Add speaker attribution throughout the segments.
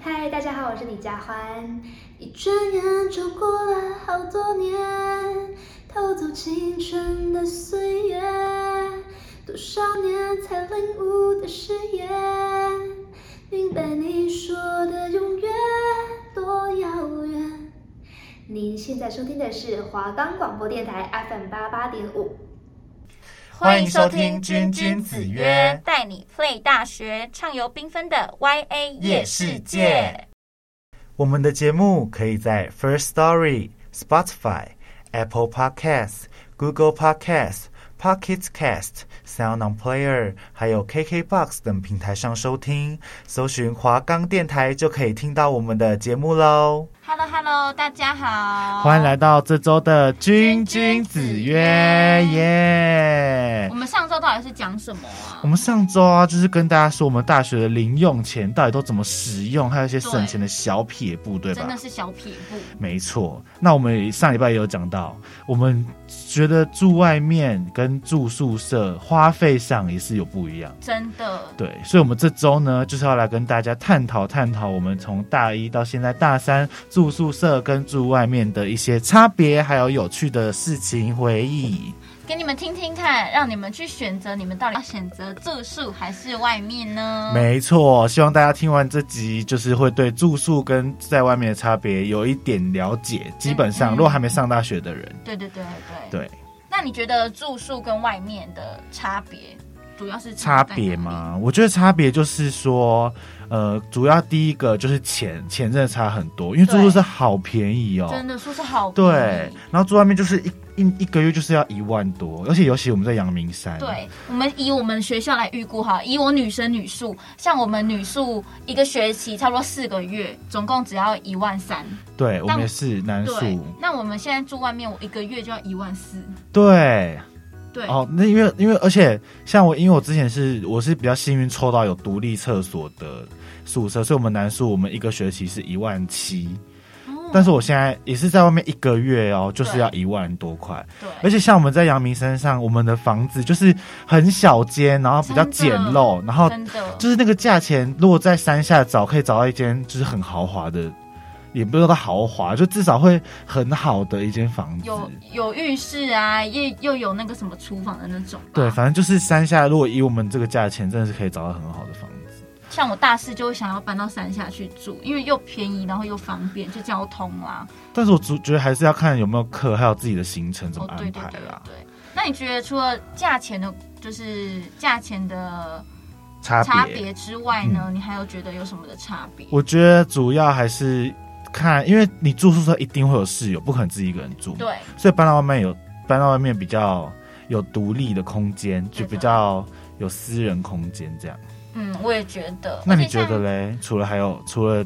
Speaker 1: 嗨，大家好，我是李佳欢。一转眼就过了好多年，偷走青春的岁月，多少年才领悟的誓言，明白你说的永远多遥远。您现在收听的是华冈广播电台 FM 八八点五。
Speaker 2: 欢迎收听君君子约
Speaker 3: 带你 play 大学，畅游缤纷的 YA
Speaker 2: 夜世界。我们的节目可以在 First Story、Spotify、Apple Podcasts、Google Podcasts、Pocket Cast、Sound On Player，还有 KKBox 等平台上收听，搜寻华冈电台就可以听到我们的节目喽。
Speaker 3: Hello Hello，大家好，
Speaker 2: 欢迎来到这周的君君子约耶
Speaker 3: 我！们上周到底是讲什么啊
Speaker 2: 我？们上周啊，就是跟大家说我们大学的零用钱到底都怎么使用，还有一些省钱的小撇步，对吧？
Speaker 3: 真的是小撇步，
Speaker 2: 没错，那我们上礼拜也有讲到，我们觉得住外面跟住宿舍花费上也是有不一样。
Speaker 3: 真的。
Speaker 2: 对，所以，我们这周呢，就是要来跟大家探讨探讨我们从大一到现在大三住宿舍跟住外面的一些差别，还有有趣的事情回忆。
Speaker 3: 给你们听听看，让你们去选择，你们到底要选择住宿还是外面呢？
Speaker 2: 没错，希望大家听完这集，就是会对住宿跟在外面的差别有一点了解。基本上，
Speaker 3: 嗯
Speaker 2: 如果还没上大学的人，
Speaker 3: 对对对对
Speaker 2: 对。
Speaker 3: 那你觉得住宿跟外面的差别，主要是
Speaker 2: 差别？吗？我觉得差别就是说，呃，主要第一个就是钱，钱真的差很多，因为住宿
Speaker 3: 对
Speaker 2: 舍好便宜哦。
Speaker 3: 真的宿舍好便宜
Speaker 2: 对，然后住外面就是一一一个月就是要一万多，而且尤其我们在阳明山，，
Speaker 3: 对，我们以我们学校来预估哈，以我女生女宿，像我们女宿一个学期差不多四个月，总共只要一万三。
Speaker 2: 对我
Speaker 3: 但
Speaker 2: 们也是南
Speaker 3: 对
Speaker 2: 宿，，
Speaker 3: 那我们现在住外面，我一个月就要一万四。
Speaker 2: 对，
Speaker 3: 对，
Speaker 2: 哦，那因为因为而且像我，因为我之前是我是比较幸运抽到有独立厕所的宿舍，所以我们南宿我们一个学期是一万七，
Speaker 3: 哦
Speaker 2: 但是我现在也是在外面一个月哦，就是
Speaker 3: 对
Speaker 2: 要一万多块。而
Speaker 3: 对，
Speaker 2: 且像我们在阳明山上，我们的房子就是很小间，然后比较简陋，然后
Speaker 3: 真的
Speaker 2: 哦就是那个价钱，如果在山下找，可以找到一间就是很豪华的，也不知道豪华，就至少会很好的一间房子。
Speaker 3: 有有浴室啊，又又有那个什么厨房的那种。
Speaker 2: 对，，反正就是山下，如果以我们这个价钱，真的是可以找到很好的房子。
Speaker 3: 像我大四就会想要搬到山下去住，因为又便宜，然后又方便，就交通啊啦、
Speaker 2: 但是我主觉得还是要看有没有课，还有自己的行程怎么
Speaker 3: 哦，对
Speaker 2: 安
Speaker 3: 对
Speaker 2: 排啊
Speaker 3: 对对
Speaker 2: 啦。
Speaker 3: 对。那你觉得除了价钱的，就是价钱的
Speaker 2: 差
Speaker 3: 差
Speaker 2: 别，
Speaker 3: 别之外呢，你还有觉得有什么的差别？
Speaker 2: 我觉得主要还是看，因为你住宿舍一定会有室友，不可能自己一个人住。
Speaker 3: 对
Speaker 2: 所以搬到外面有搬到外面比较有独立的空间，
Speaker 3: 对
Speaker 2: 就
Speaker 3: 的
Speaker 2: 比较有私人空间这样。
Speaker 3: 嗯，我也觉得。
Speaker 2: 那你
Speaker 3: 而且
Speaker 2: 觉
Speaker 3: 像
Speaker 2: 得嘞？除了还有除了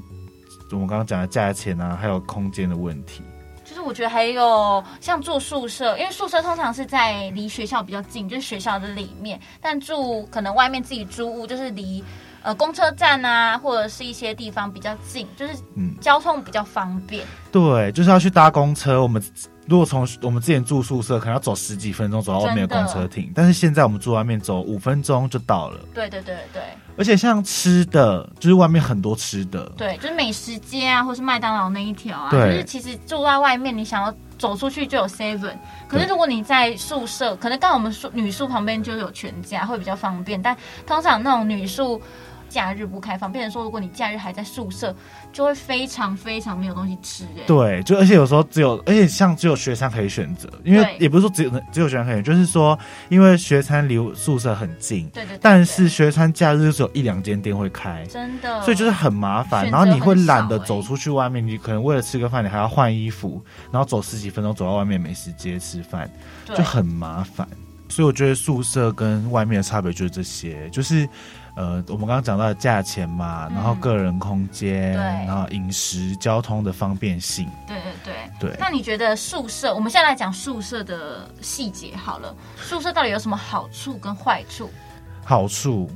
Speaker 2: 我们刚刚讲的价钱啊，还有空间的问题，
Speaker 3: 就是我觉得还有像住宿舍，因为宿舍通常是在离学校比较近，就是学校的里面，但住可能外面自己租屋，就是离呃公车站啊，或者是一些地方比较近，就是
Speaker 2: 嗯，
Speaker 3: 交通比较方便。
Speaker 2: 对，就是要去搭公车，我们。如果从我们之前住宿舍，可能要走十几分钟走到外面的
Speaker 3: 真
Speaker 2: 公
Speaker 3: 的
Speaker 2: 车亭，但是现在我们住外面走五分钟就到了。
Speaker 3: 对对对对
Speaker 2: 而且像吃的，就是外面很多吃的，
Speaker 3: 对，就是美食街啊，或是麦当劳那一条啊，就
Speaker 2: 对
Speaker 3: 是其实住在外面，你想要走出去就有 Seven，可是如果你在宿舍，可能刚好我们宿女宿旁边就有全家，会比较方便。但通常那种女宿假日不开放，变成说如果你假日还在宿舍，就会非常非常没有东西吃、欸。
Speaker 2: 对，就而且有时候只有，而且像只有学餐可以选择，因为
Speaker 3: 对
Speaker 2: 也不是说只有只有学餐可以选，就是说因为学餐离宿舍很近，
Speaker 3: 对对对，
Speaker 2: 但
Speaker 3: 对
Speaker 2: 是学餐假日只有一两间店会开，
Speaker 3: 真的，
Speaker 2: 所以就是很麻烦。
Speaker 3: 选
Speaker 2: 然后
Speaker 3: 择
Speaker 2: 你会
Speaker 3: 很少
Speaker 2: 懒得
Speaker 3: 欸
Speaker 2: 走出去外面，你可能为了吃个饭，你还要换衣服，然后走十几分钟走到外面美食街吃饭，
Speaker 3: 对
Speaker 2: 就很麻烦。所以我觉得宿舍跟外面的差别就是这些，就是。呃，我们刚刚讲到的价钱嘛，然后
Speaker 3: 嗯
Speaker 2: 个人空间，
Speaker 3: 对
Speaker 2: 然后饮食、交通的方便性，
Speaker 3: 对对对。
Speaker 2: 对。
Speaker 3: 那你觉得宿舍？我们现在来讲宿舍的细节好了。宿舍到底有什么好处跟坏处？
Speaker 2: 好处，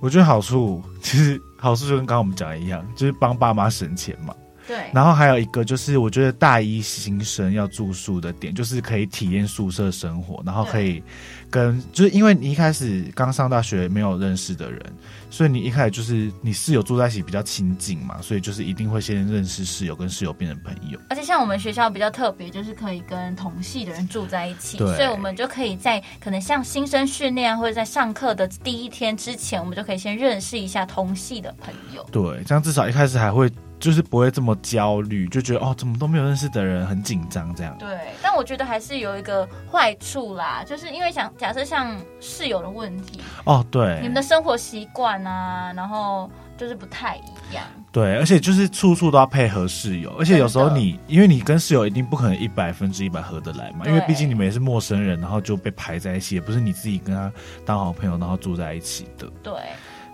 Speaker 2: 我觉得好处其实好处就跟刚刚我们讲的一样，就是帮爸妈省钱嘛。
Speaker 3: 对，
Speaker 2: 然后还有一个就是，我觉得大一新生要住宿的点，就是可以体验宿舍生活，然后可以跟，就是因为你一开始刚上大学没有认识的人，所以你一开始就是你室友住在一起比较亲近嘛，所以就是一定会先认识室友，跟室友变成朋友。
Speaker 3: 而且像我们学校比较特别，就是可以跟同系的人住在一起，
Speaker 2: 对
Speaker 3: 所以我们就可以在可能像新生训练啊，或者在上课的第一天之前，我们就可以先认识一下同系的朋友。
Speaker 2: 对，这样至少一开始还会就是不会这么焦虑，就觉得哦怎么都没有认识的人，很紧张这样。
Speaker 3: 对，但我觉得还是有一个坏处啦，就是因为想假设像室友的问题，
Speaker 2: 哦，对，
Speaker 3: 你们的生活习惯啊，然后就是不太一样。
Speaker 2: 对，而且就是处处都要配合室友，而且有时候你，因为你跟室友一定不可能一百分之一百合得来嘛，
Speaker 3: 对
Speaker 2: 因为毕竟你们也是陌生人，然后就被排在一起，也不是你自己跟他当好朋友，然后住在一起的。
Speaker 3: 对，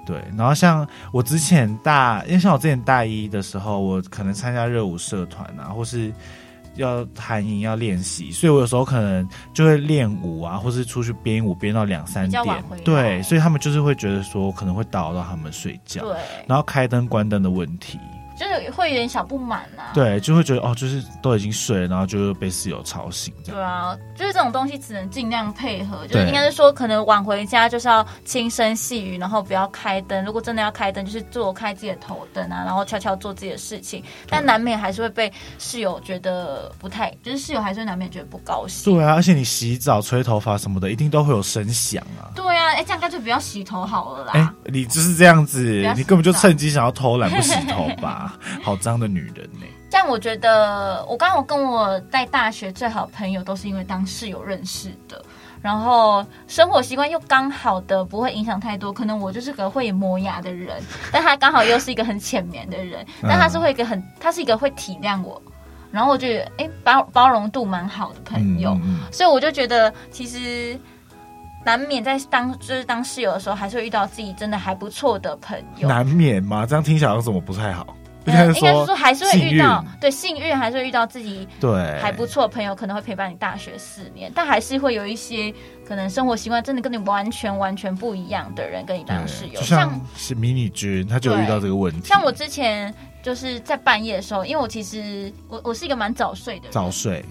Speaker 2: 对，然后像我之前大，因为像我之前大一的时候，我可能参加热舞社团啊，或是要韩营要练习，所以我有时候可能就会练舞啊，或是出去编舞编到两三
Speaker 3: 比较
Speaker 2: 点
Speaker 3: 晚回来，
Speaker 2: 对，所以他们就是会觉得说我可能会打扰到他们睡觉，
Speaker 3: 对，
Speaker 2: 然后开灯关灯的问题。
Speaker 3: 就是会有点小不满啊。
Speaker 2: 对，就会觉得哦，就是都已经睡了，然后就被室友吵醒这
Speaker 3: 对
Speaker 2: 样。
Speaker 3: 啊，就是这种东西只能尽量配合，就
Speaker 2: 对
Speaker 3: 是应该是说，可能晚回家就是要轻声细语，然后不要开灯。如果真的要开灯，就是坐开自己的头灯啊，然后悄悄做自己的事情。但难免还是会被室友觉得不太，就是室友还是会难免觉得不高兴。
Speaker 2: 对啊，而且你洗澡、吹头发什么的，一定都会有声响啊。
Speaker 3: 对啊，哎，这样干脆不要洗头好了啦。
Speaker 2: 哎、你就是这样子
Speaker 3: 啊不要，洗
Speaker 2: 你根本就趁机想要偷懒不洗头 吧？好脏的女人呢、
Speaker 3: 但我觉得，我刚刚我跟我在大学最好的朋友都是因为当室友认识的，然后生活习惯又刚好的不会影响太多。可能我就是个会磨牙的人，但他刚好又是一个很浅眠的人，
Speaker 2: 嗯
Speaker 3: 但他是会一个很，他是一个会体谅我，然后我觉得哎、包包容度蛮好的朋友，
Speaker 2: 嗯嗯
Speaker 3: 所以我就觉得其实。难免在当就是当室友的时候，还是会遇到自己真的还不错的朋友
Speaker 2: 嗯，。难免嘛，这样听起来好像怎么不太好？应该
Speaker 3: 呃
Speaker 2: 是
Speaker 3: 应该是
Speaker 2: 说
Speaker 3: 说还是会
Speaker 2: 幸
Speaker 3: 遇到
Speaker 2: 运，
Speaker 3: 对幸运还是会遇到自己
Speaker 2: 对，
Speaker 3: 还不错的朋友可能会陪伴你大学四年，但还是会有一些可能生活习惯真的跟你完全完全不一样的人跟你当室
Speaker 2: 对，
Speaker 3: 友。
Speaker 2: 就像是迷你君，他就有遇到这个问题。
Speaker 3: 像我之前就是在半夜的时候，因为我其实我我是一个蛮早睡的人，
Speaker 2: 早睡，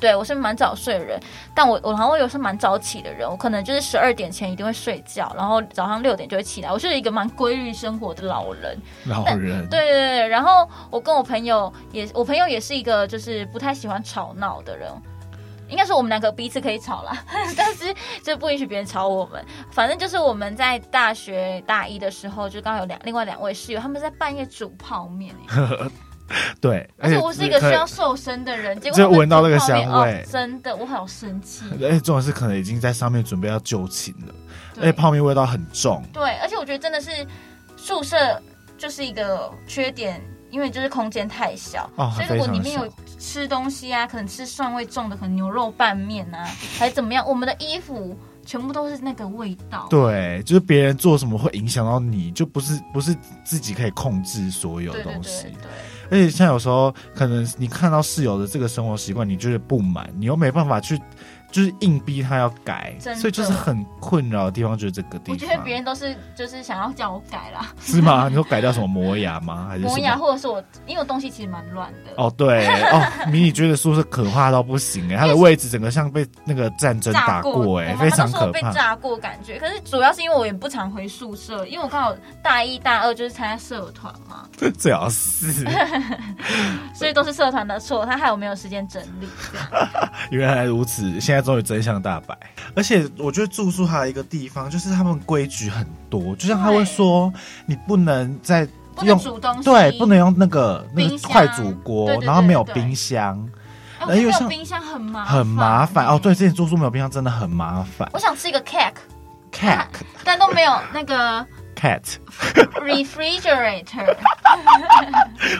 Speaker 3: 对我是蛮早睡的人，但我我好像有时候蛮早起的人，我可能就是十二点前一定会睡觉，然后早上六点就会起来，我是一个蛮规律生活的老人。
Speaker 2: 老人
Speaker 3: 对对对，对然后我跟我朋友也，我朋友也是一个就是不太喜欢吵闹的人，应该是我们两个彼此可以吵啦， 但是就不允许别人吵我们。反正就是我们在大学大一的时候，就刚好有两另外两位室友，他们在半夜煮泡面、 欸，
Speaker 2: 哎对，
Speaker 3: 而且我是一个
Speaker 2: 可
Speaker 3: 需
Speaker 2: 能
Speaker 3: 要瘦身的人，结果
Speaker 2: 就
Speaker 3: 他们
Speaker 2: 闻到那个
Speaker 3: 煮泡面
Speaker 2: 香味
Speaker 3: 哦真的我好生 气。
Speaker 2: 而且重点是可能已经在上面准备要就寝了，而
Speaker 3: 对
Speaker 2: 且泡面味道很重。
Speaker 3: 对，而且我觉得真的是宿舍就是一个缺点，因为就是空间太小，
Speaker 2: 哦
Speaker 3: 所以如果
Speaker 2: 非常
Speaker 3: 里面有
Speaker 2: 小
Speaker 3: 吃东西啊，可能吃蒜味重的，可能牛肉拌面啊，还怎么样，我们的衣服全部都是那个味道。
Speaker 2: 对，就是别人做什么会影响到你，就不是不是自己可以控制所有
Speaker 3: 对对
Speaker 2: 东西
Speaker 3: 对。对，
Speaker 2: 而且像有时候可能你看到室友的这个生活习惯，你觉得不满，你又没办法去，就是硬逼他要改，
Speaker 3: 真的
Speaker 2: 所以就是很困扰的地方就是这个地
Speaker 3: 我
Speaker 2: 方。
Speaker 3: 觉得别人都是就是想要叫我改啦，
Speaker 2: 是吗？你说改掉什么磨牙吗？还是什么
Speaker 3: 磨牙或者是我因为我东西其实蛮乱的。
Speaker 2: 哦，对 哦，迷你觉得宿舍可怕到不行哎、它的位置整个像被那个战争打
Speaker 3: 炸
Speaker 2: 过
Speaker 3: 我
Speaker 2: 哎、
Speaker 3: 妈妈
Speaker 2: 非
Speaker 3: 都
Speaker 2: 常
Speaker 3: 说我
Speaker 2: 可
Speaker 3: 被
Speaker 2: 怕。
Speaker 3: 炸过感觉。可是主要是因为我也不常回宿舍，因为我刚好大一大二就是参加社团嘛，
Speaker 2: 最好是，
Speaker 3: 所以都是社团的错，他害我没有时间整理。
Speaker 2: 原来如此，现在终于真相大白。而且我觉得住宿还有一个地方，就是他们规矩很多，就像他会说，你不能在
Speaker 3: 不能
Speaker 2: 用
Speaker 3: 煮东西，
Speaker 2: 对，不能。用那个那个
Speaker 3: 冰箱
Speaker 2: 快煮锅，
Speaker 3: 对对对
Speaker 2: 然后没有
Speaker 3: 对
Speaker 2: 冰箱，
Speaker 3: 哎，我觉得
Speaker 2: 因为
Speaker 3: 没有
Speaker 2: 像
Speaker 3: 冰箱很麻
Speaker 2: 很麻烦哦。对，
Speaker 3: 欸
Speaker 2: 之前住宿没有冰箱真的很麻烦。
Speaker 3: 我想吃一个 cake，
Speaker 2: Cat
Speaker 3: 但都没有那 个
Speaker 2: cat，
Speaker 3: refrigerator。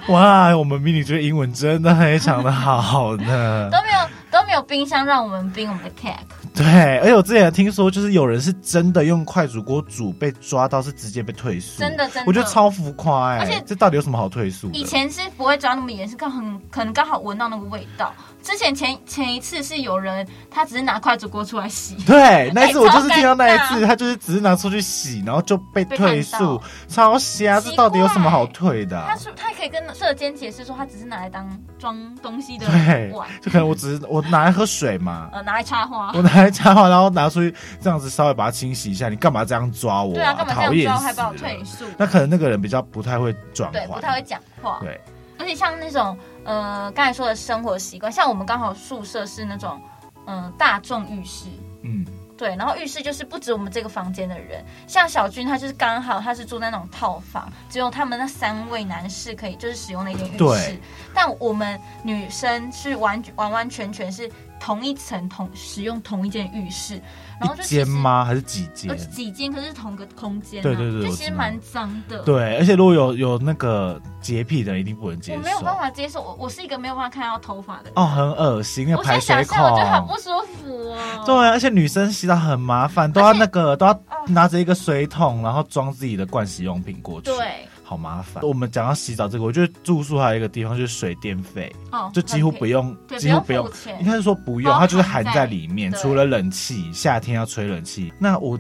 Speaker 2: 哇，我们迷你觉得英文真的非常的好呢。
Speaker 3: 都没有都没有冰箱让我们冰我们的 cake，
Speaker 2: 对，而且我之前有听说，就是有人是真的用快煮锅煮被抓到，是直接被退宿，
Speaker 3: 真的真的
Speaker 2: 我觉得超浮夸哎、
Speaker 3: 而且
Speaker 2: 这到底有什么好退宿的？
Speaker 3: 以前是不会抓那么严，是刚好很可能刚好闻到那个味道。之前前前一次是有人他只是拿筷子锅出 来洗，
Speaker 2: 对，那一次
Speaker 3: 哎
Speaker 2: 我就是听到
Speaker 3: 超尴
Speaker 2: 那一次，
Speaker 3: 尬
Speaker 2: 他就是只是拿出去洗，然后就被
Speaker 3: 被
Speaker 2: 退
Speaker 3: 看
Speaker 2: 宿
Speaker 3: 到，
Speaker 2: 超瞎，这
Speaker 3: 奇
Speaker 2: 到底有什么
Speaker 3: 怪
Speaker 2: 好退的啊、
Speaker 3: 他说他也可以跟社监解释说他只是拿来当装东西的
Speaker 2: 对
Speaker 3: 碗，，
Speaker 2: 就可能我只是我拿来喝水嘛，
Speaker 3: 呃，拿来插花。
Speaker 2: 我拿来插花，然后拿出去这样子稍微把它清洗一下，你干嘛这样抓我、
Speaker 3: 对啊，干嘛
Speaker 2: 讨
Speaker 3: 这
Speaker 2: 厌
Speaker 3: 样抓
Speaker 2: 死
Speaker 3: 还把我
Speaker 2: 了
Speaker 3: 退宿？
Speaker 2: 那可能那个人比较不太会转
Speaker 3: 对，不
Speaker 2: 换，
Speaker 3: 太会讲话。
Speaker 2: 对
Speaker 3: 而且像那种呃刚才说的生活习惯，像我们刚好宿舍是那种嗯、呃大众浴室，
Speaker 2: 嗯，
Speaker 3: 对，然后浴室就是不止我们这个房间的人，像小军他就是刚好他是住在那种套房，只有他们那三位男士可以就是使用那间浴室
Speaker 2: 对，
Speaker 3: 但我们女生是完完完全全是同一层同使用同一间浴室，然后
Speaker 2: 一
Speaker 3: 就其实呃
Speaker 2: 间？吗？还是几间
Speaker 3: 有？几间，可是是同个空间、啊，
Speaker 2: 对对对
Speaker 3: 就
Speaker 2: 我
Speaker 3: 其
Speaker 2: 知
Speaker 3: 实
Speaker 2: 道
Speaker 3: 蛮脏的。
Speaker 2: 对，而且如果有有那个洁癖的人，一定不能接
Speaker 3: 我
Speaker 2: 受。
Speaker 3: 没有办法接受，我我是一个没有办法看到头发的人。
Speaker 2: 哦，很恶心，那个
Speaker 3: 我现
Speaker 2: 排
Speaker 3: 在
Speaker 2: 水
Speaker 3: 想
Speaker 2: 口
Speaker 3: 象，。我觉得好不舒服哦。
Speaker 2: 对，啊而且女生洗澡很麻烦，都要那个都要拿着一个水桶，然后装自己的盥洗用品过去，，
Speaker 3: 对，
Speaker 2: 好麻烦。我们讲到洗澡这个，我觉得住宿还有一个地方就是水电费，
Speaker 3: 哦，
Speaker 2: 就几乎不用，
Speaker 3: 对
Speaker 2: 几乎不
Speaker 3: 不
Speaker 2: 用
Speaker 3: 用付，钱
Speaker 2: 应该是说不用，
Speaker 3: 包
Speaker 2: 它就是含
Speaker 3: 含在
Speaker 2: 在里面。
Speaker 3: 对
Speaker 2: 除了冷气，夏天要吹冷气。那我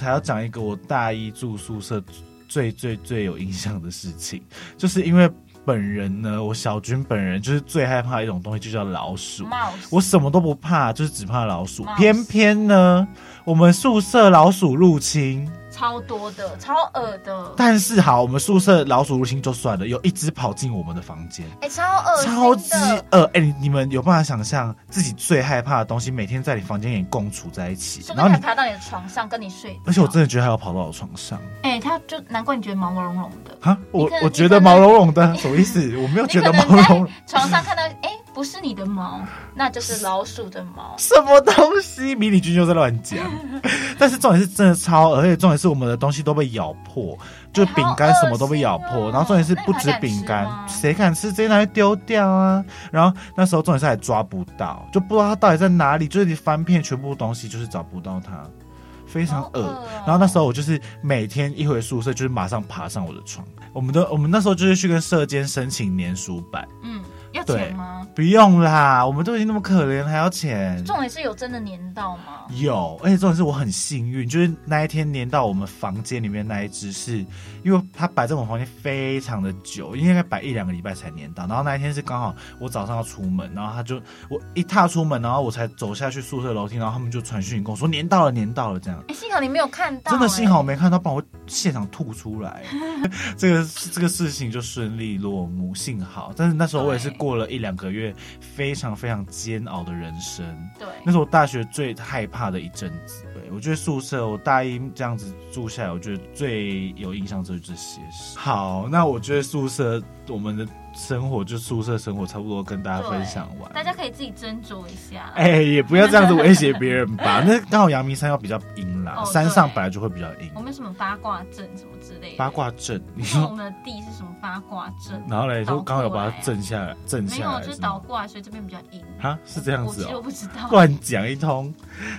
Speaker 2: 还要讲一个我大一住宿舍最最最有印象的事情，就是因为本人呢，我小军本人就是最害怕一种东西，就叫老鼠。
Speaker 3: 帽子，
Speaker 2: 我什么都不怕，就是只怕老鼠。
Speaker 3: Mouse
Speaker 2: 偏偏呢，我们宿舍老鼠入侵，
Speaker 3: 超多的，超恶的，
Speaker 2: 但是好，我们宿舍老鼠入侵就算了，有一只跑进我们的房间，
Speaker 3: 哎，超恶心的
Speaker 2: 超级恶。哎、你你们有办法想象自己最害怕的东西，每天在你房间里共处在一起，
Speaker 3: 说不
Speaker 2: 然后
Speaker 3: 定还
Speaker 2: 你，
Speaker 3: 爬到你的床上跟你睡觉。
Speaker 2: 而且我真的觉得还要跑到我床上
Speaker 3: 哎，他就难怪你觉得毛茸茸的，
Speaker 2: 啊！我
Speaker 3: 你可能
Speaker 2: 我觉得毛茸茸的什么意思？我没有
Speaker 3: 你
Speaker 2: 觉得
Speaker 3: 可
Speaker 2: 毛
Speaker 3: 能
Speaker 2: 茸茸
Speaker 3: 在床上看到，哎，不是你的毛，那就是老鼠的毛。
Speaker 2: 什么东西，迷你君又在乱 讲。但是重点是真的超恶，而且重点是我们的东西都被咬破，
Speaker 3: 哎
Speaker 2: 就饼干什么都被咬破，
Speaker 3: 哎好恶心哦
Speaker 2: 然后重点是不止饼干
Speaker 3: 啊那你还敢，吃吗
Speaker 2: 谁敢吃直接拿去丢掉啊？然后那时候重点是还抓不到，就不知道它到底在哪里，就是你翻遍全部东西就是找不到它。非常恶
Speaker 3: 好恶哦，
Speaker 2: 然后那时候我就是每天一回宿舍，就是马上爬上我的床。我们的我们那时候就是去跟社监申请年书版，
Speaker 3: 嗯，要
Speaker 2: 对
Speaker 3: 钱吗？
Speaker 2: 不用啦，我们都已经那么可怜，还要钱。
Speaker 3: 重点是有真的粘到吗？
Speaker 2: 有，而且重点是我很幸运，就是那一天粘到我们房间里面那一只是，因为它摆在我们房间非常的久，应该摆一两个礼拜才粘到。然后那一天是刚好我早上要出门，然后他就我一踏出门，然后我才走下去宿舍楼梯，然后他们就传讯跟我说粘到了，粘到了这样。
Speaker 3: 哎，幸好你没有看到，
Speaker 2: 真的
Speaker 3: 哎
Speaker 2: 幸好我没看到，不然我现场吐出来。这个这个事情就顺利落幕，幸好。但是那时候我也是
Speaker 3: 对
Speaker 2: 过了一两个月非常非常煎熬的人生。
Speaker 3: 对。
Speaker 2: 那是我大学最害怕的一阵子。对，我觉得宿舍，我大一这样子住下来，我觉得最有印象就是这些事。好，那我觉得宿舍我们的生活，就宿舍生活差不多跟大家分享完。
Speaker 3: 大家可以自己斟酌一下。
Speaker 2: 哎、也不要这样子威胁别人吧。那刚好阳明山要比较阴啦，
Speaker 3: 哦
Speaker 2: 山上
Speaker 3: 对
Speaker 2: 本来就会比较阴
Speaker 3: 我。们有什么八卦阵什么之类的。
Speaker 2: 八卦阵，你
Speaker 3: 那我
Speaker 2: 说，
Speaker 3: 们的地是什么八卦阵？
Speaker 2: 然后嘞，
Speaker 3: 倒
Speaker 2: 就刚好有
Speaker 3: 过
Speaker 2: 把
Speaker 3: 来
Speaker 2: 它震下来，震
Speaker 3: 没
Speaker 2: 下
Speaker 3: 有，
Speaker 2: 来
Speaker 3: 就是
Speaker 2: 是
Speaker 3: 倒
Speaker 2: 吗？
Speaker 3: 过来，所以这边比较阴。
Speaker 2: 啊，是这样
Speaker 3: 我其
Speaker 2: 子
Speaker 3: 实我
Speaker 2: 哦，
Speaker 3: 不知道。
Speaker 2: 乱讲一通。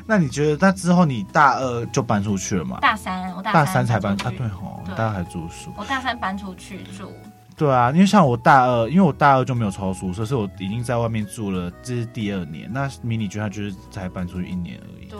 Speaker 2: 那你觉得，那之后你大二就搬出去了吗？
Speaker 3: 大三，我大
Speaker 2: 大三
Speaker 3: 三
Speaker 2: 才搬
Speaker 3: 出
Speaker 2: 啊，
Speaker 3: 去
Speaker 2: 对吼，
Speaker 3: 对
Speaker 2: 大家还住宿。
Speaker 3: 我大三搬出去住，
Speaker 2: 对啊，因为像我大二，因为我大二就没有抽到宿舍，所以我已经在外面住了，这是第二年。那迷你君他就是才搬出去一年而已。
Speaker 3: 对，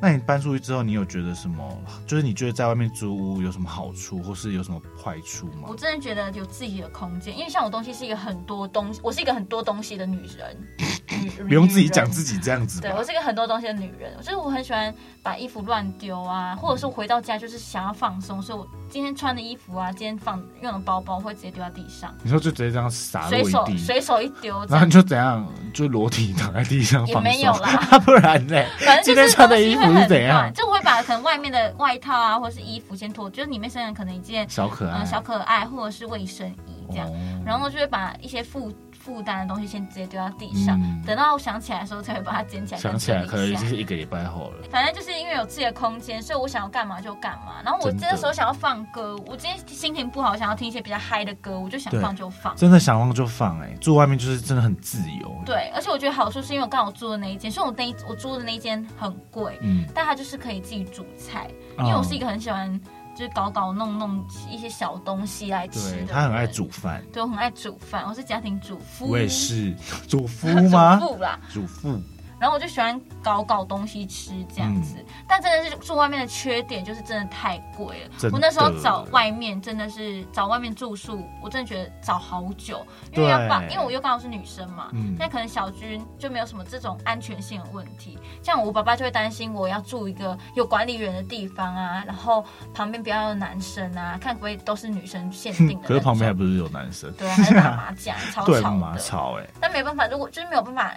Speaker 2: 那你搬出去之后，你有觉得什么？就是你觉得在外面租屋有什么好处，或是有什么坏处吗
Speaker 3: 我？真的觉得有自己的空间，因为像我东西是一个很多东西，我是一个很多东西的女人，女
Speaker 2: 不用自己讲
Speaker 3: 女人
Speaker 2: 自己这样子
Speaker 3: 对
Speaker 2: 吧
Speaker 3: 我。是一个很多东西的女人，就是我很喜欢把衣服乱丢啊，或者是回到家就是想要放松，所以我今天穿的衣服啊，今天放用的包包会直接丢到地上，
Speaker 2: 你说就直接这样撒落
Speaker 3: 随
Speaker 2: 一
Speaker 3: 手
Speaker 2: 地，
Speaker 3: 随手一丢，
Speaker 2: 然
Speaker 3: 这
Speaker 2: 后
Speaker 3: 样
Speaker 2: 你就怎样，就裸体躺在地上
Speaker 3: 也
Speaker 2: 放
Speaker 3: 没有
Speaker 2: 松， 啊
Speaker 3: 啦。嗯
Speaker 2: 不然呢？
Speaker 3: 反正
Speaker 2: 今
Speaker 3: 就
Speaker 2: 天
Speaker 3: 是
Speaker 2: 穿的
Speaker 3: 东
Speaker 2: 衣
Speaker 3: 西
Speaker 2: 服
Speaker 3: 会很
Speaker 2: 是怎样
Speaker 3: 乱？就我会把可能外面的外套啊，或是衣服先脱，就是里面身上可能一件
Speaker 2: 小可爱，
Speaker 3: 嗯小可爱或者是卫生衣这样，
Speaker 2: 啊哦
Speaker 3: 然后就会把一些附负担的东西先直接丢到地上，
Speaker 2: 嗯
Speaker 3: 等到我想起来的时候才会把它捡起来。
Speaker 2: 想起来可能
Speaker 3: 一
Speaker 2: 已
Speaker 3: 下
Speaker 2: 经。是一个礼拜后了。
Speaker 3: 反正就是因为有自己的空间，所以我想要干嘛就干嘛。然后我
Speaker 2: 真的
Speaker 3: 那时候想要放歌，我今天心情不好，想要听一些比较嗨的歌，我就想
Speaker 2: 对
Speaker 3: 放就放。
Speaker 2: 真的想放就放、哎，住外面就是真的很自由。，
Speaker 3: 对，而且我觉得好处是因为我刚好租的那一间，虽然我那一我租的那一间很贵，
Speaker 2: 嗯，
Speaker 3: 但它就是可以自己煮菜，因为我是一
Speaker 2: 个，
Speaker 3: 个很喜欢就是搞搞弄弄一些小东西来吃的
Speaker 2: 嗯对
Speaker 3: 人。
Speaker 2: 他很爱煮饭，
Speaker 3: 对，我很爱煮饭，我是家庭主妇。
Speaker 2: 我也 是主妇
Speaker 3: 主
Speaker 2: 吗？
Speaker 3: 妇啦，
Speaker 2: 主妇，
Speaker 3: 然后我就喜欢搞搞东西吃这样子，
Speaker 2: 嗯
Speaker 3: 但真的是住外面的缺点就是真的太贵了
Speaker 2: 真。的
Speaker 3: 我那时候找外面真的是找外面住宿，我真的觉得找好久，因为要把，
Speaker 2: 对
Speaker 3: 因为我又刚好是女生嘛，
Speaker 2: 嗯
Speaker 3: 那可能小军就没有什么这种安全性的问题。像我爸爸就会担心我要住一个有管理员的地方啊，然后旁边不要有男生啊，看可不可以都是女生限定的那种。
Speaker 2: 嗯可是旁边还不是有男生？
Speaker 3: 对啊，还在打麻将，超
Speaker 2: 对
Speaker 3: 吵
Speaker 2: 嘛，
Speaker 3: 的。
Speaker 2: 吵哎、
Speaker 3: 但没办法，如果就是没有办法，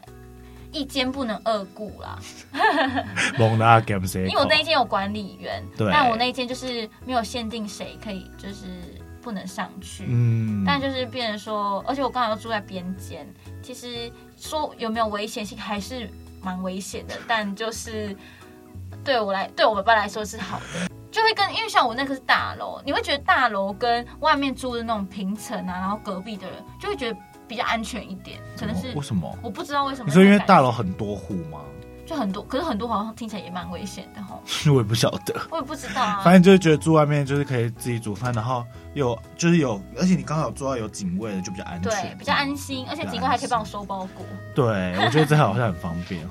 Speaker 3: 一间不能二顾啦。
Speaker 2: 蒙拉 game 谁？
Speaker 3: 因为我那一间有管理员，
Speaker 2: 对
Speaker 3: 但我那一间就是没有限定谁可以，就是不能上去。
Speaker 2: 嗯，
Speaker 3: 但就是变成说，而且我刚好又住在边间，其实说有没有危险性还是蛮危险的，但就是对我来，对我爸爸来说是好的，就会跟因为像我那个是大楼，你会觉得大楼跟外面租的那种平层啊，然后隔壁的人就会觉得比较安全一点，可能是
Speaker 2: 为什么？
Speaker 3: 我不知道为什么，
Speaker 2: 你说因为大楼很多户吗？
Speaker 3: 就很多，可是很多好像听起来也蛮危险的吼，
Speaker 2: 我也不晓得。
Speaker 3: 我也不知道啊
Speaker 2: 反。正就是觉得住外面就是可以自己煮饭，然后有就是有，而且你刚好住到有警卫的就比较安全，
Speaker 3: 对，比较安。心，而且警官还可以帮我收包裹。
Speaker 2: 对，我觉得这好像很方便哦。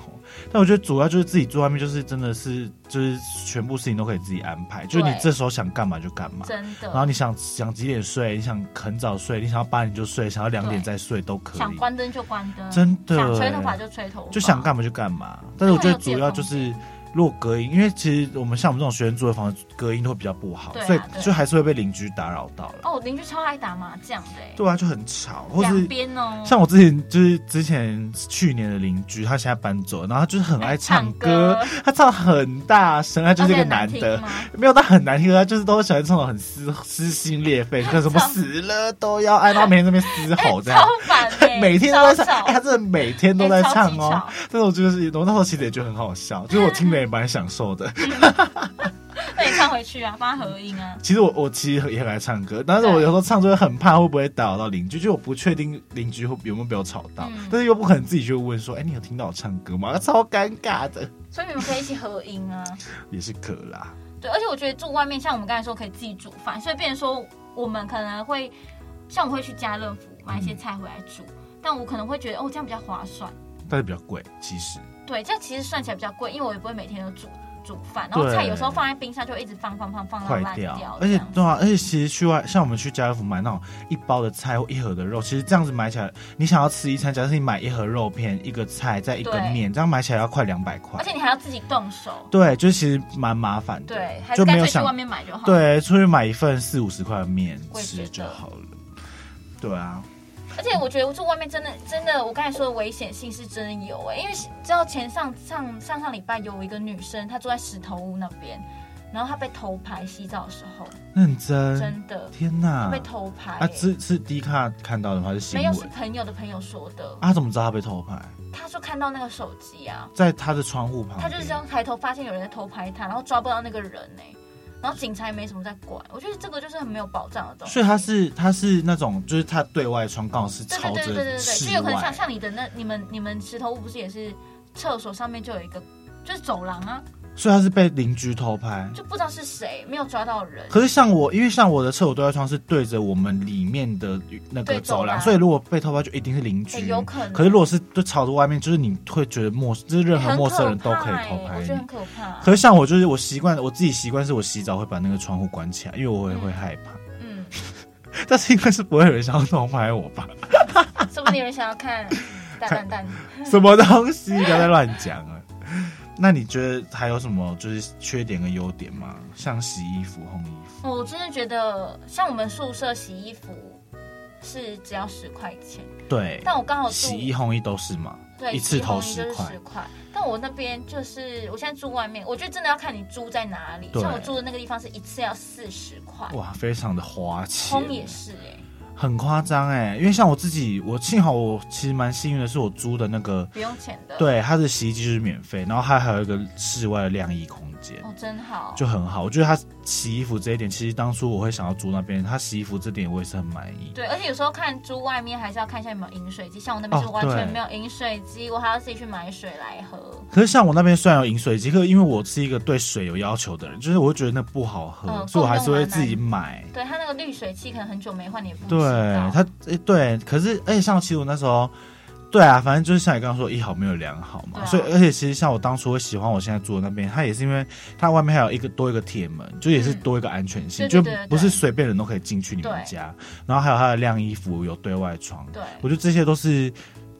Speaker 2: 但我觉得主要就是自己住外面，就是真的是就是全部事情都可以自己安排，就是你
Speaker 3: 对
Speaker 2: 这时候想干嘛就干嘛。
Speaker 3: 真的。
Speaker 2: 然后你想想几点睡，你想很早睡，你想要八点就睡，想要两点
Speaker 3: 对
Speaker 2: 再睡都可
Speaker 3: 想
Speaker 2: 以，
Speaker 3: 关灯就关灯，
Speaker 2: 真的
Speaker 3: 想吹头发就吹头发，
Speaker 2: 就想干嘛就干嘛。但是我觉得主要就是如果隔音，因为其实我们像我们这种学生住的房子，隔音都会比较不好，
Speaker 3: 对啊
Speaker 2: 所以
Speaker 3: 对
Speaker 2: 就还是会被邻居打扰到了。
Speaker 3: 哦，我邻居超爱打麻将的欸，
Speaker 2: 对啊，就很吵，或
Speaker 3: 两
Speaker 2: 是
Speaker 3: 边哦，
Speaker 2: 像我之前就是之前去年的邻居，他现在搬走了，然后他就是很爱唱歌，
Speaker 3: 唱
Speaker 2: 他唱很大声，他就是一个男
Speaker 3: 哦那
Speaker 2: 的
Speaker 3: 很难听吗，
Speaker 2: 没有他很难听，他就是都喜欢唱种很撕撕心裂 肺，就跟什么
Speaker 3: 唱
Speaker 2: 死了都要爱，然后每天在那边嘶吼这样
Speaker 3: 哎超。烦欸
Speaker 2: 每天都在
Speaker 3: 超
Speaker 2: 唱，
Speaker 3: 吵
Speaker 2: 哎，他真的每天都在唱哦。
Speaker 3: 哎超级
Speaker 2: 但是我就是，我那时候其实也觉得很好笑，就是我听了也蛮享受的。
Speaker 3: 那你唱回去啊，帮他合音啊，
Speaker 2: 其实我我其实也很爱唱歌，但是我有时候唱就会很怕会不会打扰到邻居，就我不确定邻居会有没有被我吵到，
Speaker 3: 嗯
Speaker 2: 但是又不可能自己去问说，哎、你有听到我唱歌吗？超尴尬的，
Speaker 3: 所以你们可以一起合音啊。
Speaker 2: 也是可啦。
Speaker 3: 对，而且我觉得住外面，像我们刚才说可以自己煮饭，所以变成说我们可能会，像我会去家乐福买一些菜回来煮，但我可能会觉得哦这样比较划算，
Speaker 2: 但是比较贵，其实
Speaker 3: 对，这样其实算起来比较贵，因为我也不会每天都煮煮饭，然后菜有时候放在冰箱就一直放放放放到
Speaker 2: 坏
Speaker 3: 烂
Speaker 2: 掉，
Speaker 3: 掉，
Speaker 2: 而
Speaker 3: 这
Speaker 2: 且
Speaker 3: 样
Speaker 2: 对啊，而且其实去外像我们去家乐福买那种一包的菜或一盒的肉，其实这样子买起来，你想要吃一餐，假设你买一盒肉片、一个菜再一根
Speaker 3: 对
Speaker 2: 面，这样买起来要快两百块
Speaker 3: 而，且你还要自己动手，
Speaker 2: 对，就其实蛮麻烦的，
Speaker 3: 对，还
Speaker 2: 就是没
Speaker 3: 干
Speaker 2: 有
Speaker 3: 脆去
Speaker 2: 想
Speaker 3: 外面买就好。，
Speaker 2: 对，出去买一份四五十块的面
Speaker 3: 我也觉
Speaker 2: 吃
Speaker 3: 得
Speaker 2: 就好了。对啊，
Speaker 3: 而且我觉得住外面真的真的，我刚才说的危险性是真的有哎、因为知道前上上上上礼拜有一个女生，她住在石头屋那边，然后她被偷拍洗澡的时候，
Speaker 2: 认真，
Speaker 3: 真的
Speaker 2: 天哪！
Speaker 3: 被偷拍、
Speaker 2: 嗯
Speaker 3: 欸
Speaker 2: 啊，是是第一看看到的话是新
Speaker 3: 没有是
Speaker 2: 闻
Speaker 3: 朋友的朋友说的，
Speaker 2: 啊？怎么知道他被偷拍？
Speaker 3: 她说看到那个手机啊，
Speaker 2: 在他的窗户旁边，
Speaker 3: 她就是这样抬头发现有人在偷拍她，然后抓不到那个人呢、然后警察也没什么在管，我觉得这个就是很没有保障的东西。
Speaker 2: 所以他是他是那种就是他对外窗刚好是
Speaker 3: 对对
Speaker 2: 朝
Speaker 3: 对对对对
Speaker 2: 着
Speaker 3: 对，
Speaker 2: 室
Speaker 3: 就有可能像
Speaker 2: 外，
Speaker 3: 像你的那你们你们石头屋不是也是厕所上面就有一个就是走廊啊，
Speaker 2: 所以他是被邻居偷拍。
Speaker 3: 就不知道是谁没有抓到人，
Speaker 2: 可是像我，因为像我的厕所对外窗是对着我们里面的那个
Speaker 3: 对
Speaker 2: 走
Speaker 3: 走
Speaker 2: 廊，
Speaker 3: 廊
Speaker 2: 所以如果被偷拍就一定是邻居。
Speaker 3: 哎有可能
Speaker 2: 是如果是就朝着外面，就是你会觉得陌，就是任何
Speaker 3: 很
Speaker 2: 陌
Speaker 3: 可
Speaker 2: 生
Speaker 3: 怕
Speaker 2: 人都可以
Speaker 3: 欸
Speaker 2: 偷拍
Speaker 3: 我
Speaker 2: 你
Speaker 3: 觉得。很可怕。
Speaker 2: 可是像我就是我习惯，我自己习惯是我洗澡会把那个窗户关起来，因为我也会害怕。
Speaker 3: 嗯，
Speaker 2: 但是应该是不会有人想要偷拍我 吧？
Speaker 3: 说不定有人想要 看蛋蛋蛋。
Speaker 2: 什么东西？不要再乱讲了。那你觉得还有什么就是缺点跟优点吗？像洗衣服、烘衣服，
Speaker 3: 我真的觉得像我们宿舍洗衣服是只要十块钱，
Speaker 2: 对，
Speaker 3: 但我刚好住
Speaker 2: 洗衣烘衣都是嘛，
Speaker 3: 对
Speaker 2: 一次投
Speaker 3: 洗衣烘
Speaker 2: 十
Speaker 3: 衣就是
Speaker 2: 块
Speaker 3: 十，块，但我那边就是我现在住外面，我觉得真的要看你住在哪里。
Speaker 2: 对
Speaker 3: 像我住的那个地方是一次要四十块，
Speaker 2: 哇，非常的花钱。
Speaker 3: 烘也是哎、
Speaker 2: 很夸张哎，因为像我自己，我幸好我其实蛮幸运的，是我租的那个，
Speaker 3: 不用钱的。，
Speaker 2: 对，它的洗衣机就是免费，然后它还有一个室外的晾衣空间，
Speaker 3: 哦，真好。
Speaker 2: 就很好。我觉得它洗衣服这一点，其实当初我会想要租那边，它洗衣服这点我也是很满意。
Speaker 3: 对，而且有时候看猪外面还是要看一下有没有饮水机，像我那边
Speaker 2: 哦
Speaker 3: 是完全
Speaker 2: 对
Speaker 3: 没有饮水机，我还要自己去买水来喝。
Speaker 2: 可是像我那边虽然有饮水机，可是因为我是一个对水有要求的人，就是我会觉得那不好喝，
Speaker 3: 嗯
Speaker 2: 所以我还是会自己买。
Speaker 3: 对，它那个滤水器可能很久没换，你也不知
Speaker 2: 对
Speaker 3: 道。
Speaker 2: 它，诶对，可是而且像其实我那时候，对啊，反正就是像你刚刚说，一好没有两好嘛，
Speaker 3: 对啊
Speaker 2: 所以而且其实像我当初会喜欢我现在住的那边，它也是因为它外面还有一个多一个铁门，就也是
Speaker 3: 嗯
Speaker 2: 多一个安全性，
Speaker 3: 对对对
Speaker 2: 就
Speaker 3: 对
Speaker 2: 不
Speaker 3: 对
Speaker 2: 是随便人都可以进去你们
Speaker 3: 对
Speaker 2: 家，然后还有它的晾衣服有对外窗，
Speaker 3: 对
Speaker 2: 我觉得这些都是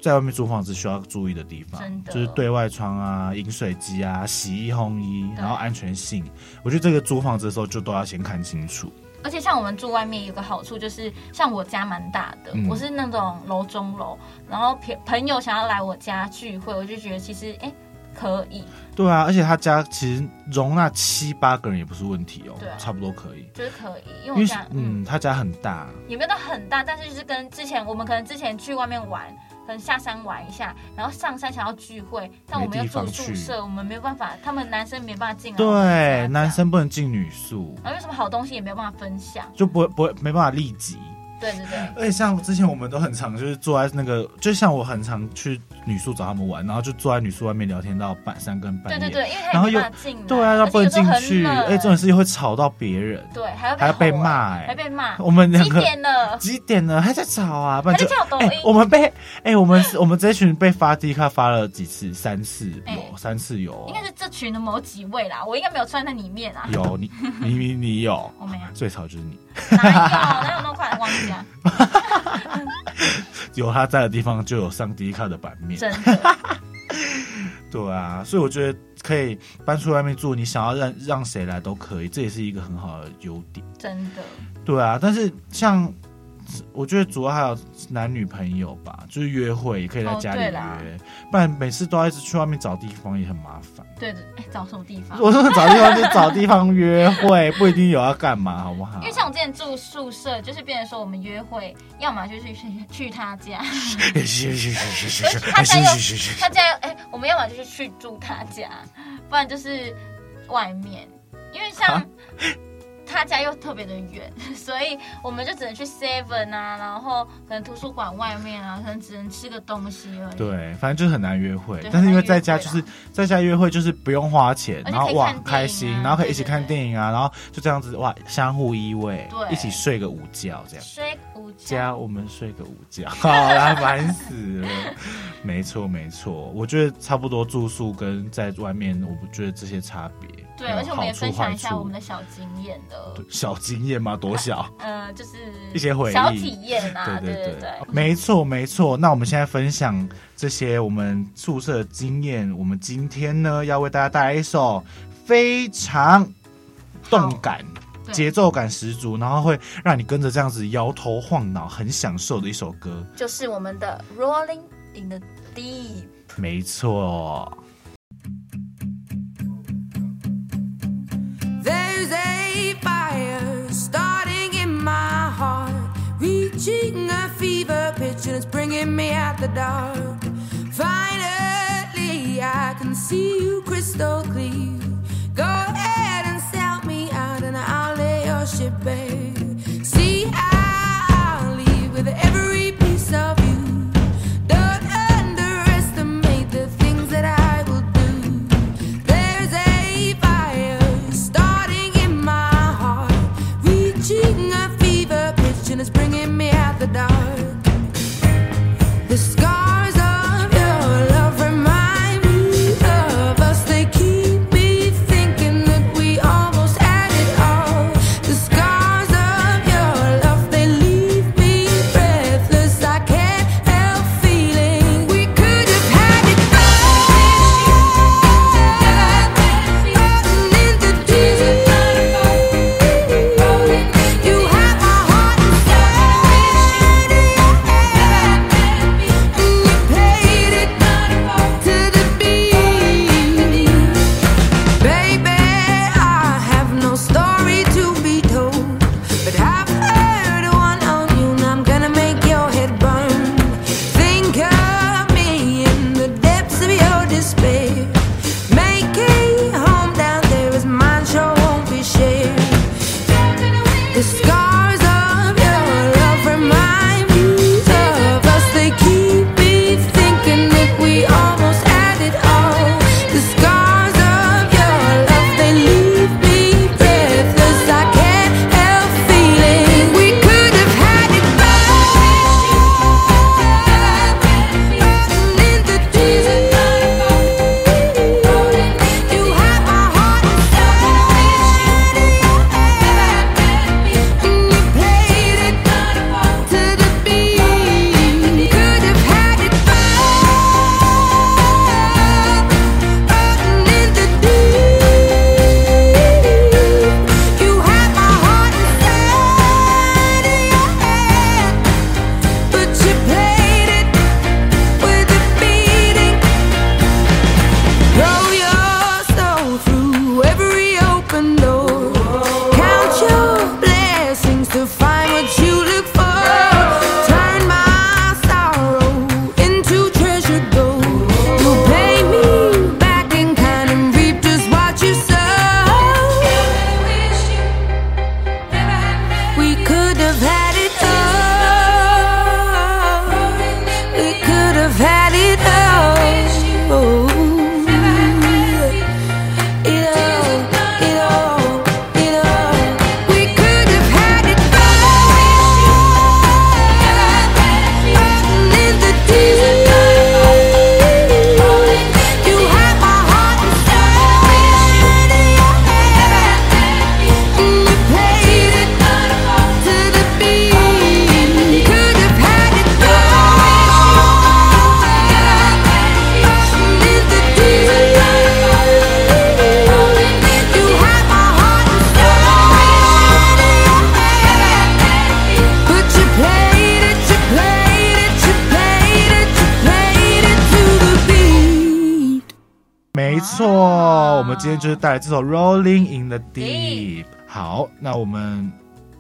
Speaker 2: 在外面租房子需要注意的地方
Speaker 3: 真，的
Speaker 2: 就是对外窗啊、饮水机啊、洗衣烘衣，
Speaker 3: 对
Speaker 2: 然后安全性。我觉得这个租房子的时候就都要先看清楚。
Speaker 3: 而且像我们住外面有个好处就是，像我家蛮大的，
Speaker 2: 嗯
Speaker 3: 我是那种楼中楼，然后朋朋友想要来我家聚会，我就觉得其实哎、可以，
Speaker 2: 对啊，而且他家其实容纳七八个人也不是问题哦，
Speaker 3: 对啊
Speaker 2: 差不多可以。
Speaker 3: 就是可以，因
Speaker 2: 因
Speaker 3: 为我
Speaker 2: 为
Speaker 3: 家嗯
Speaker 2: 嗯，他家很大，
Speaker 3: 也没有到很大，但是就是跟之前我们可能之前去外面玩，可能下山玩一下，然后上山想要聚会，但我们
Speaker 2: 没
Speaker 3: 又
Speaker 2: 地方
Speaker 3: 住宿舍，我们没有办法，他们男生没办法进来，啊我们才这
Speaker 2: 对，
Speaker 3: 样
Speaker 2: 男，生不能进女宿，
Speaker 3: 然后有什么好东西也没有办法分享，
Speaker 2: 就不会不会没办法立即。
Speaker 3: 对对对，
Speaker 2: 而且哎像之前我们都很常就是坐在那个，就像我很常去女宿找他们玩，然后就坐在女宿外面聊天到半三更半
Speaker 3: 对
Speaker 2: 夜。
Speaker 3: 对对，因为
Speaker 2: 然
Speaker 3: 他
Speaker 2: 后
Speaker 3: 也没
Speaker 2: 又
Speaker 3: 办法进来，
Speaker 2: 对啊，
Speaker 3: 而
Speaker 2: 要
Speaker 3: 且
Speaker 2: 不能
Speaker 3: 有时
Speaker 2: 进
Speaker 3: 候很
Speaker 2: 去，
Speaker 3: 冷
Speaker 2: 哎，重点是会吵到别人，
Speaker 3: 对，还要
Speaker 2: 还要被
Speaker 3: 吼
Speaker 2: 骂
Speaker 3: 哎
Speaker 2: 哎
Speaker 3: 还被骂，
Speaker 2: 我们两
Speaker 3: 几
Speaker 2: 个
Speaker 3: 点了？
Speaker 2: 几点了还在吵啊？不
Speaker 3: 还
Speaker 2: 然
Speaker 3: 在
Speaker 2: 就
Speaker 3: 跳抖
Speaker 2: 哎、
Speaker 3: 音，
Speaker 2: 我们被哎、我们我们这群被发 D 卡发了几次？三次有，
Speaker 3: 哎
Speaker 2: 三次有哦
Speaker 3: 应，该是这群的某几位啦，我应该没有穿在里面啊，
Speaker 2: 有你你你你有，
Speaker 3: 我没有，
Speaker 2: 最吵就是你，
Speaker 3: 哪有哪有那么快忘记啊？
Speaker 2: 有他在的地方就有上 D 卡的版面，
Speaker 3: 真 的，
Speaker 2: 对啊，所以我觉得可以搬出外面住，你想要让让谁来都可以，这也是一个很好的优点。
Speaker 3: 真的，
Speaker 2: 对啊，但是像我觉得主要还有男女朋友吧，就是约会也可以在家里
Speaker 3: 哦对
Speaker 2: 约，
Speaker 3: 啦
Speaker 2: 不然每次都要一直去外面找地方也很麻烦。
Speaker 3: 对的，哎，找什么地方？
Speaker 2: 我说找地方就找地方约会，不一定有要干嘛，好不好？
Speaker 3: 因为像我之前住宿舍，就是变成说我们约会，要么就是去去他家，
Speaker 2: 是哎是是是是
Speaker 3: 是他家又
Speaker 2: 是是，
Speaker 3: 他家哎、我们要么就是去住他家，不然就是外面，因为像
Speaker 2: 啊
Speaker 3: 他家又特别的远， 所以我们就只能去 Seven 啊，然后可能图书馆外面啊，可能只能吃个东西而已。
Speaker 2: 对，反正就是很难约会
Speaker 3: 对，
Speaker 2: 但是因为在家
Speaker 3: 很
Speaker 2: 就
Speaker 3: 难约会
Speaker 2: 是在家约会就是不用花钱，
Speaker 3: 而且
Speaker 2: 然后
Speaker 3: 可以
Speaker 2: 哇
Speaker 3: 看电影啊
Speaker 2: 开心，然后可以一起
Speaker 3: 对对
Speaker 2: 看
Speaker 3: 对
Speaker 2: 电影啊，然后就这样子哇相互依偎，
Speaker 3: 对
Speaker 2: 一起睡个午觉这样。
Speaker 3: 睡午觉，
Speaker 2: 家我们睡个午觉， 好啦，烦死了。没错没错，我觉得差不多住宿跟在外面，我不觉得这些差别。
Speaker 3: 对，
Speaker 2: 有
Speaker 3: 而且我们也
Speaker 2: 好处
Speaker 3: 分享一
Speaker 2: 坏
Speaker 3: 下
Speaker 2: 处
Speaker 3: 我们的小经验的，
Speaker 2: 对小经验吗？多小？
Speaker 3: 呃，就是
Speaker 2: 一些回忆
Speaker 3: 小体验啊，
Speaker 2: 对
Speaker 3: 对
Speaker 2: 对
Speaker 3: 对，
Speaker 2: 没错没错。那我们现在分享这些我们宿舍的经验，我们今天呢要为大家带来一首非常动感。
Speaker 3: 对
Speaker 2: 节奏感十足，然后会让你跟着这样子摇头晃脑，很享受的一首歌。
Speaker 3: 就是我们的 Rolling in the Deep。
Speaker 2: 没错，
Speaker 4: There's a fire starting in my heart, reaching a fever pitch, and it's bringing me out the dark. Finally, I can see you crystal clear. Go ahead and sell me out, and I'll lay your ship bare. See, I'll leave with every piece of you. Don't underestimate the things that I will do. There's a fire starting in my heart, reaching a fever pitch, and it's bringing me out the dark. The scars of your love remind me of us. They keep me thinking that we almost had it all. The scars Oh.
Speaker 2: 没错，
Speaker 3: 哇
Speaker 2: 我们今天就是带来这首《Rolling in the Deep
Speaker 3: Deep》。
Speaker 2: 好，那我们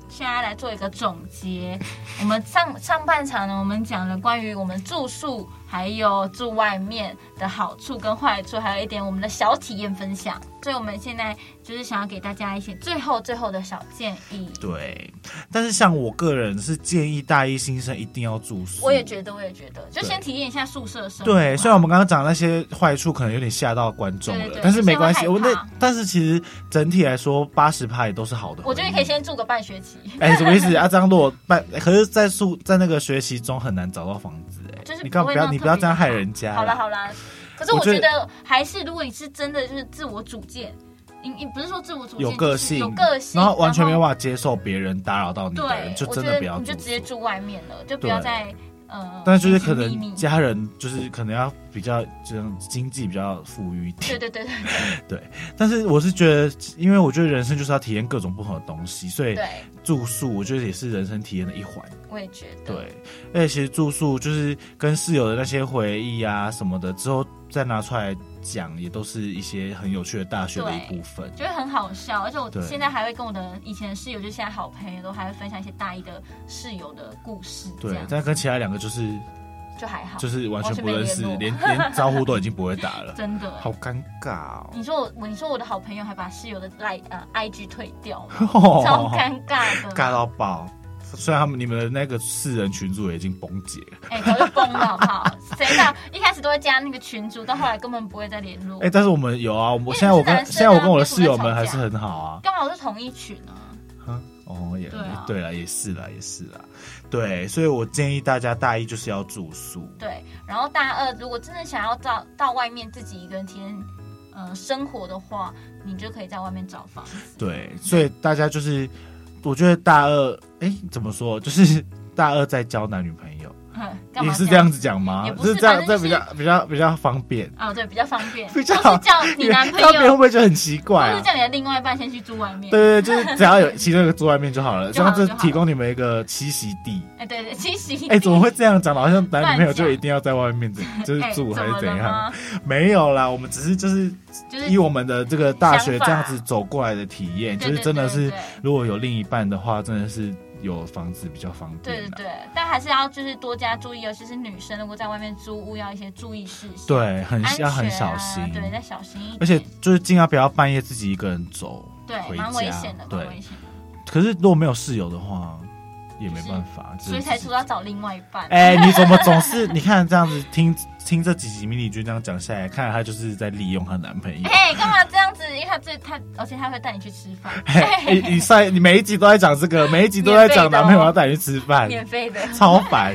Speaker 3: 现在来做一个总结。我们上上半场呢，我们讲了关于我们住宿还有住外面的好处跟坏处，还有一点我们的小体验分享。所以我们现在就是想要给大家一些最后最后的小建
Speaker 2: 嗯
Speaker 3: 议。
Speaker 2: 对，但是像我个人是建议大一新生一定要住宿。
Speaker 3: 我也觉得，我也觉得，就先体验一下宿舍生活。
Speaker 2: 对，虽然我们刚刚讲那些坏处，可能有点吓到观众了，
Speaker 3: 对对对
Speaker 2: 但是没关系。
Speaker 3: 有
Speaker 2: 我
Speaker 3: 些会害
Speaker 2: 那
Speaker 3: 怕
Speaker 2: 但是其实整体来说，八十趴也都是好的。
Speaker 3: 我觉得可以。先住个半学期，
Speaker 2: 哎、什么意思？啊，这样落办，可是，在宿在那个学习中很难找到房子、哎，
Speaker 3: 就是
Speaker 2: 你干嘛
Speaker 3: 不会
Speaker 2: 不要
Speaker 3: 那
Speaker 2: 你
Speaker 3: 种
Speaker 2: 不要
Speaker 3: 特别
Speaker 2: 这样
Speaker 3: 好
Speaker 2: 害人家。
Speaker 3: 好啦好啦，可是
Speaker 2: 我
Speaker 3: 我
Speaker 2: 觉得
Speaker 3: 觉得还是，如果你是真的就是自我主见，你你不是说自我主见，
Speaker 2: 有个
Speaker 3: 就是
Speaker 2: 性，
Speaker 3: 有个性，
Speaker 2: 然后完全没有办法接受别人打扰到你的人，
Speaker 3: 对，
Speaker 2: 就
Speaker 3: 我
Speaker 2: 真
Speaker 3: 觉
Speaker 2: 的
Speaker 3: 得
Speaker 2: 不要
Speaker 3: 你就
Speaker 2: 住
Speaker 3: 直接
Speaker 2: 宿
Speaker 3: 住外面了，就不
Speaker 2: 对
Speaker 3: 要再呃，
Speaker 2: 但是就是
Speaker 3: 隐
Speaker 2: 可
Speaker 3: 形秘密
Speaker 2: 能家人就是可能要比较这样经济比较富裕一点，
Speaker 3: 对对对对
Speaker 2: 但是我是觉得，因为我觉得人生就是要体验各种不同的东西，所以
Speaker 3: 对，
Speaker 2: 住宿我觉得也是人生体验的一环。
Speaker 3: 我也觉得，
Speaker 2: 对，而且其实住宿就是跟室友的那些回忆啊什么的，之后再拿出来讲，也都是一些很有趣的大学的一
Speaker 3: 对
Speaker 2: 部分。
Speaker 3: 就会很好笑，而且我
Speaker 2: 对
Speaker 3: 现在还会跟我的以前的室友，就现在好朋友都还会分享一些大一的室友的故事，这
Speaker 2: 对
Speaker 3: 样，
Speaker 2: 但跟其他两个就是
Speaker 3: 就还好，
Speaker 2: 就是完全不
Speaker 3: 完全没
Speaker 2: 认识，连
Speaker 3: 联
Speaker 2: 连招呼都已经不会打 了，
Speaker 3: 真的。
Speaker 2: 好尴尬哦
Speaker 3: 你说我，你说我的好朋友还把室友的来呃 IG 退掉 了，
Speaker 2: 哦，
Speaker 3: 超尴尬 的，
Speaker 2: 尬到爆。虽然他们你们的那个四人群组也已经崩解了，
Speaker 3: 哎，早就崩了，好不好？ 谁知道一开始都会加那个群主，到后来根本不会再联络
Speaker 2: 哎、。但是我们有啊，我
Speaker 3: 哦为
Speaker 2: 现在我跟
Speaker 3: 你们是男生啊
Speaker 2: 现在我跟我的
Speaker 3: 为什
Speaker 2: 室
Speaker 3: 么
Speaker 2: 友
Speaker 3: 在
Speaker 2: 们
Speaker 3: 吵
Speaker 2: 还
Speaker 3: 架
Speaker 2: 是很好啊。
Speaker 3: 刚好是同一群啊，
Speaker 2: 哼哦，也
Speaker 3: 对啊
Speaker 2: 对了，也是啦，也是啦，对，所以我建议大家大一就是要住宿，
Speaker 3: 对。然后大二如果真的想要到到外面自己一个人体验，呃，生活的话，你就可以在外面找房子。
Speaker 2: 对，所以大家就是，我觉得大二，哎、怎么说，就是 大二在交男女朋友，
Speaker 3: 哼干
Speaker 2: 也
Speaker 3: 嘛
Speaker 2: 是这样子讲吗
Speaker 3: 也？不
Speaker 2: 就是这样，
Speaker 3: 反
Speaker 2: 这
Speaker 3: 正
Speaker 2: 比
Speaker 3: 就是
Speaker 2: 较比较比较方便，
Speaker 3: 啊？对，比较方 便，
Speaker 2: 比较
Speaker 3: 或是叫你男 朋
Speaker 2: 这样别人会
Speaker 3: 友，
Speaker 2: 不会觉得很奇怪
Speaker 3: 或
Speaker 2: 啊
Speaker 3: 是？叫你的另外一半先去住外面。
Speaker 2: 对对，对就是只 要有其中一个住外面就好了，这
Speaker 3: 就好
Speaker 2: 样
Speaker 3: 了
Speaker 2: 就
Speaker 3: 就好
Speaker 2: 提供你们一个栖息地。
Speaker 3: 哎，对对，清洗。
Speaker 2: 哎、怎么 会这样讲？好像男女朋友
Speaker 3: 乱讲
Speaker 2: 就一定要在外面，就是
Speaker 3: 哎
Speaker 2: 住还
Speaker 3: 么
Speaker 2: 是怎
Speaker 3: 了
Speaker 2: 样？
Speaker 3: 吗？
Speaker 2: 没有啦，我们只是就是
Speaker 3: 就是
Speaker 2: 以我们的这个大学
Speaker 3: 想
Speaker 2: 这
Speaker 3: 法
Speaker 2: 样子走过来的体验，
Speaker 3: 对
Speaker 2: 就是
Speaker 3: 对
Speaker 2: 真的
Speaker 3: 对
Speaker 2: 是
Speaker 3: 对
Speaker 2: 如果有另一半的话，真的是有房子比较方便、
Speaker 3: 对
Speaker 2: 啊
Speaker 3: 对。对，但还是要就是多加注意，哦尤其是女生如果在外面租屋，要一些注意事项，
Speaker 2: 对很
Speaker 3: 安全
Speaker 2: 要
Speaker 3: 啊，
Speaker 2: 很小心，
Speaker 3: 对，再小心一点。
Speaker 2: 而且就是尽量不要半夜自己一个人走
Speaker 3: 对，
Speaker 2: 回
Speaker 3: 蛮危
Speaker 2: 家
Speaker 3: 险的，，蛮危
Speaker 2: 对。
Speaker 3: 险的，
Speaker 2: 可是如果没有室友的话，也没
Speaker 3: 就是
Speaker 2: 办法，只
Speaker 3: 所以
Speaker 2: 能
Speaker 3: 才
Speaker 2: 自己
Speaker 3: 说要找另外一半。
Speaker 2: 哎、你怎么总是你看这样子听听这几集迷你君这样讲下来，看来她就是在利用她男朋 友。
Speaker 3: 哎，干嘛这样子？因为他最他，而且他会带你去吃饭，
Speaker 2: 嘿哎你上一你每一集都在讲这个，每一集都在讲男朋友要带你去吃饭，
Speaker 3: 免费 的。
Speaker 2: 超烦。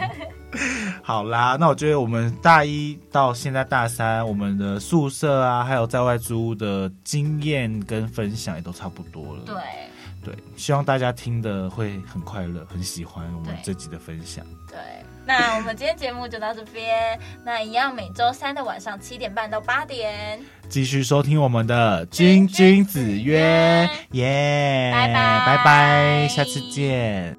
Speaker 2: 好啦，那我觉得我们大一到现在大三，我们的宿舍啊，还有在外租屋的经验跟分享也都差不多了。
Speaker 3: 对，
Speaker 2: 对，希望大家听的会很快乐，很喜欢我们
Speaker 3: 对
Speaker 2: 这集的分享。
Speaker 3: 对。那我们今天节目就到这边，那一样每周三的晚上七点半到八点，
Speaker 2: 继续收听我们的《君君子约》，耶，
Speaker 3: 拜拜
Speaker 2: 拜拜，下次见。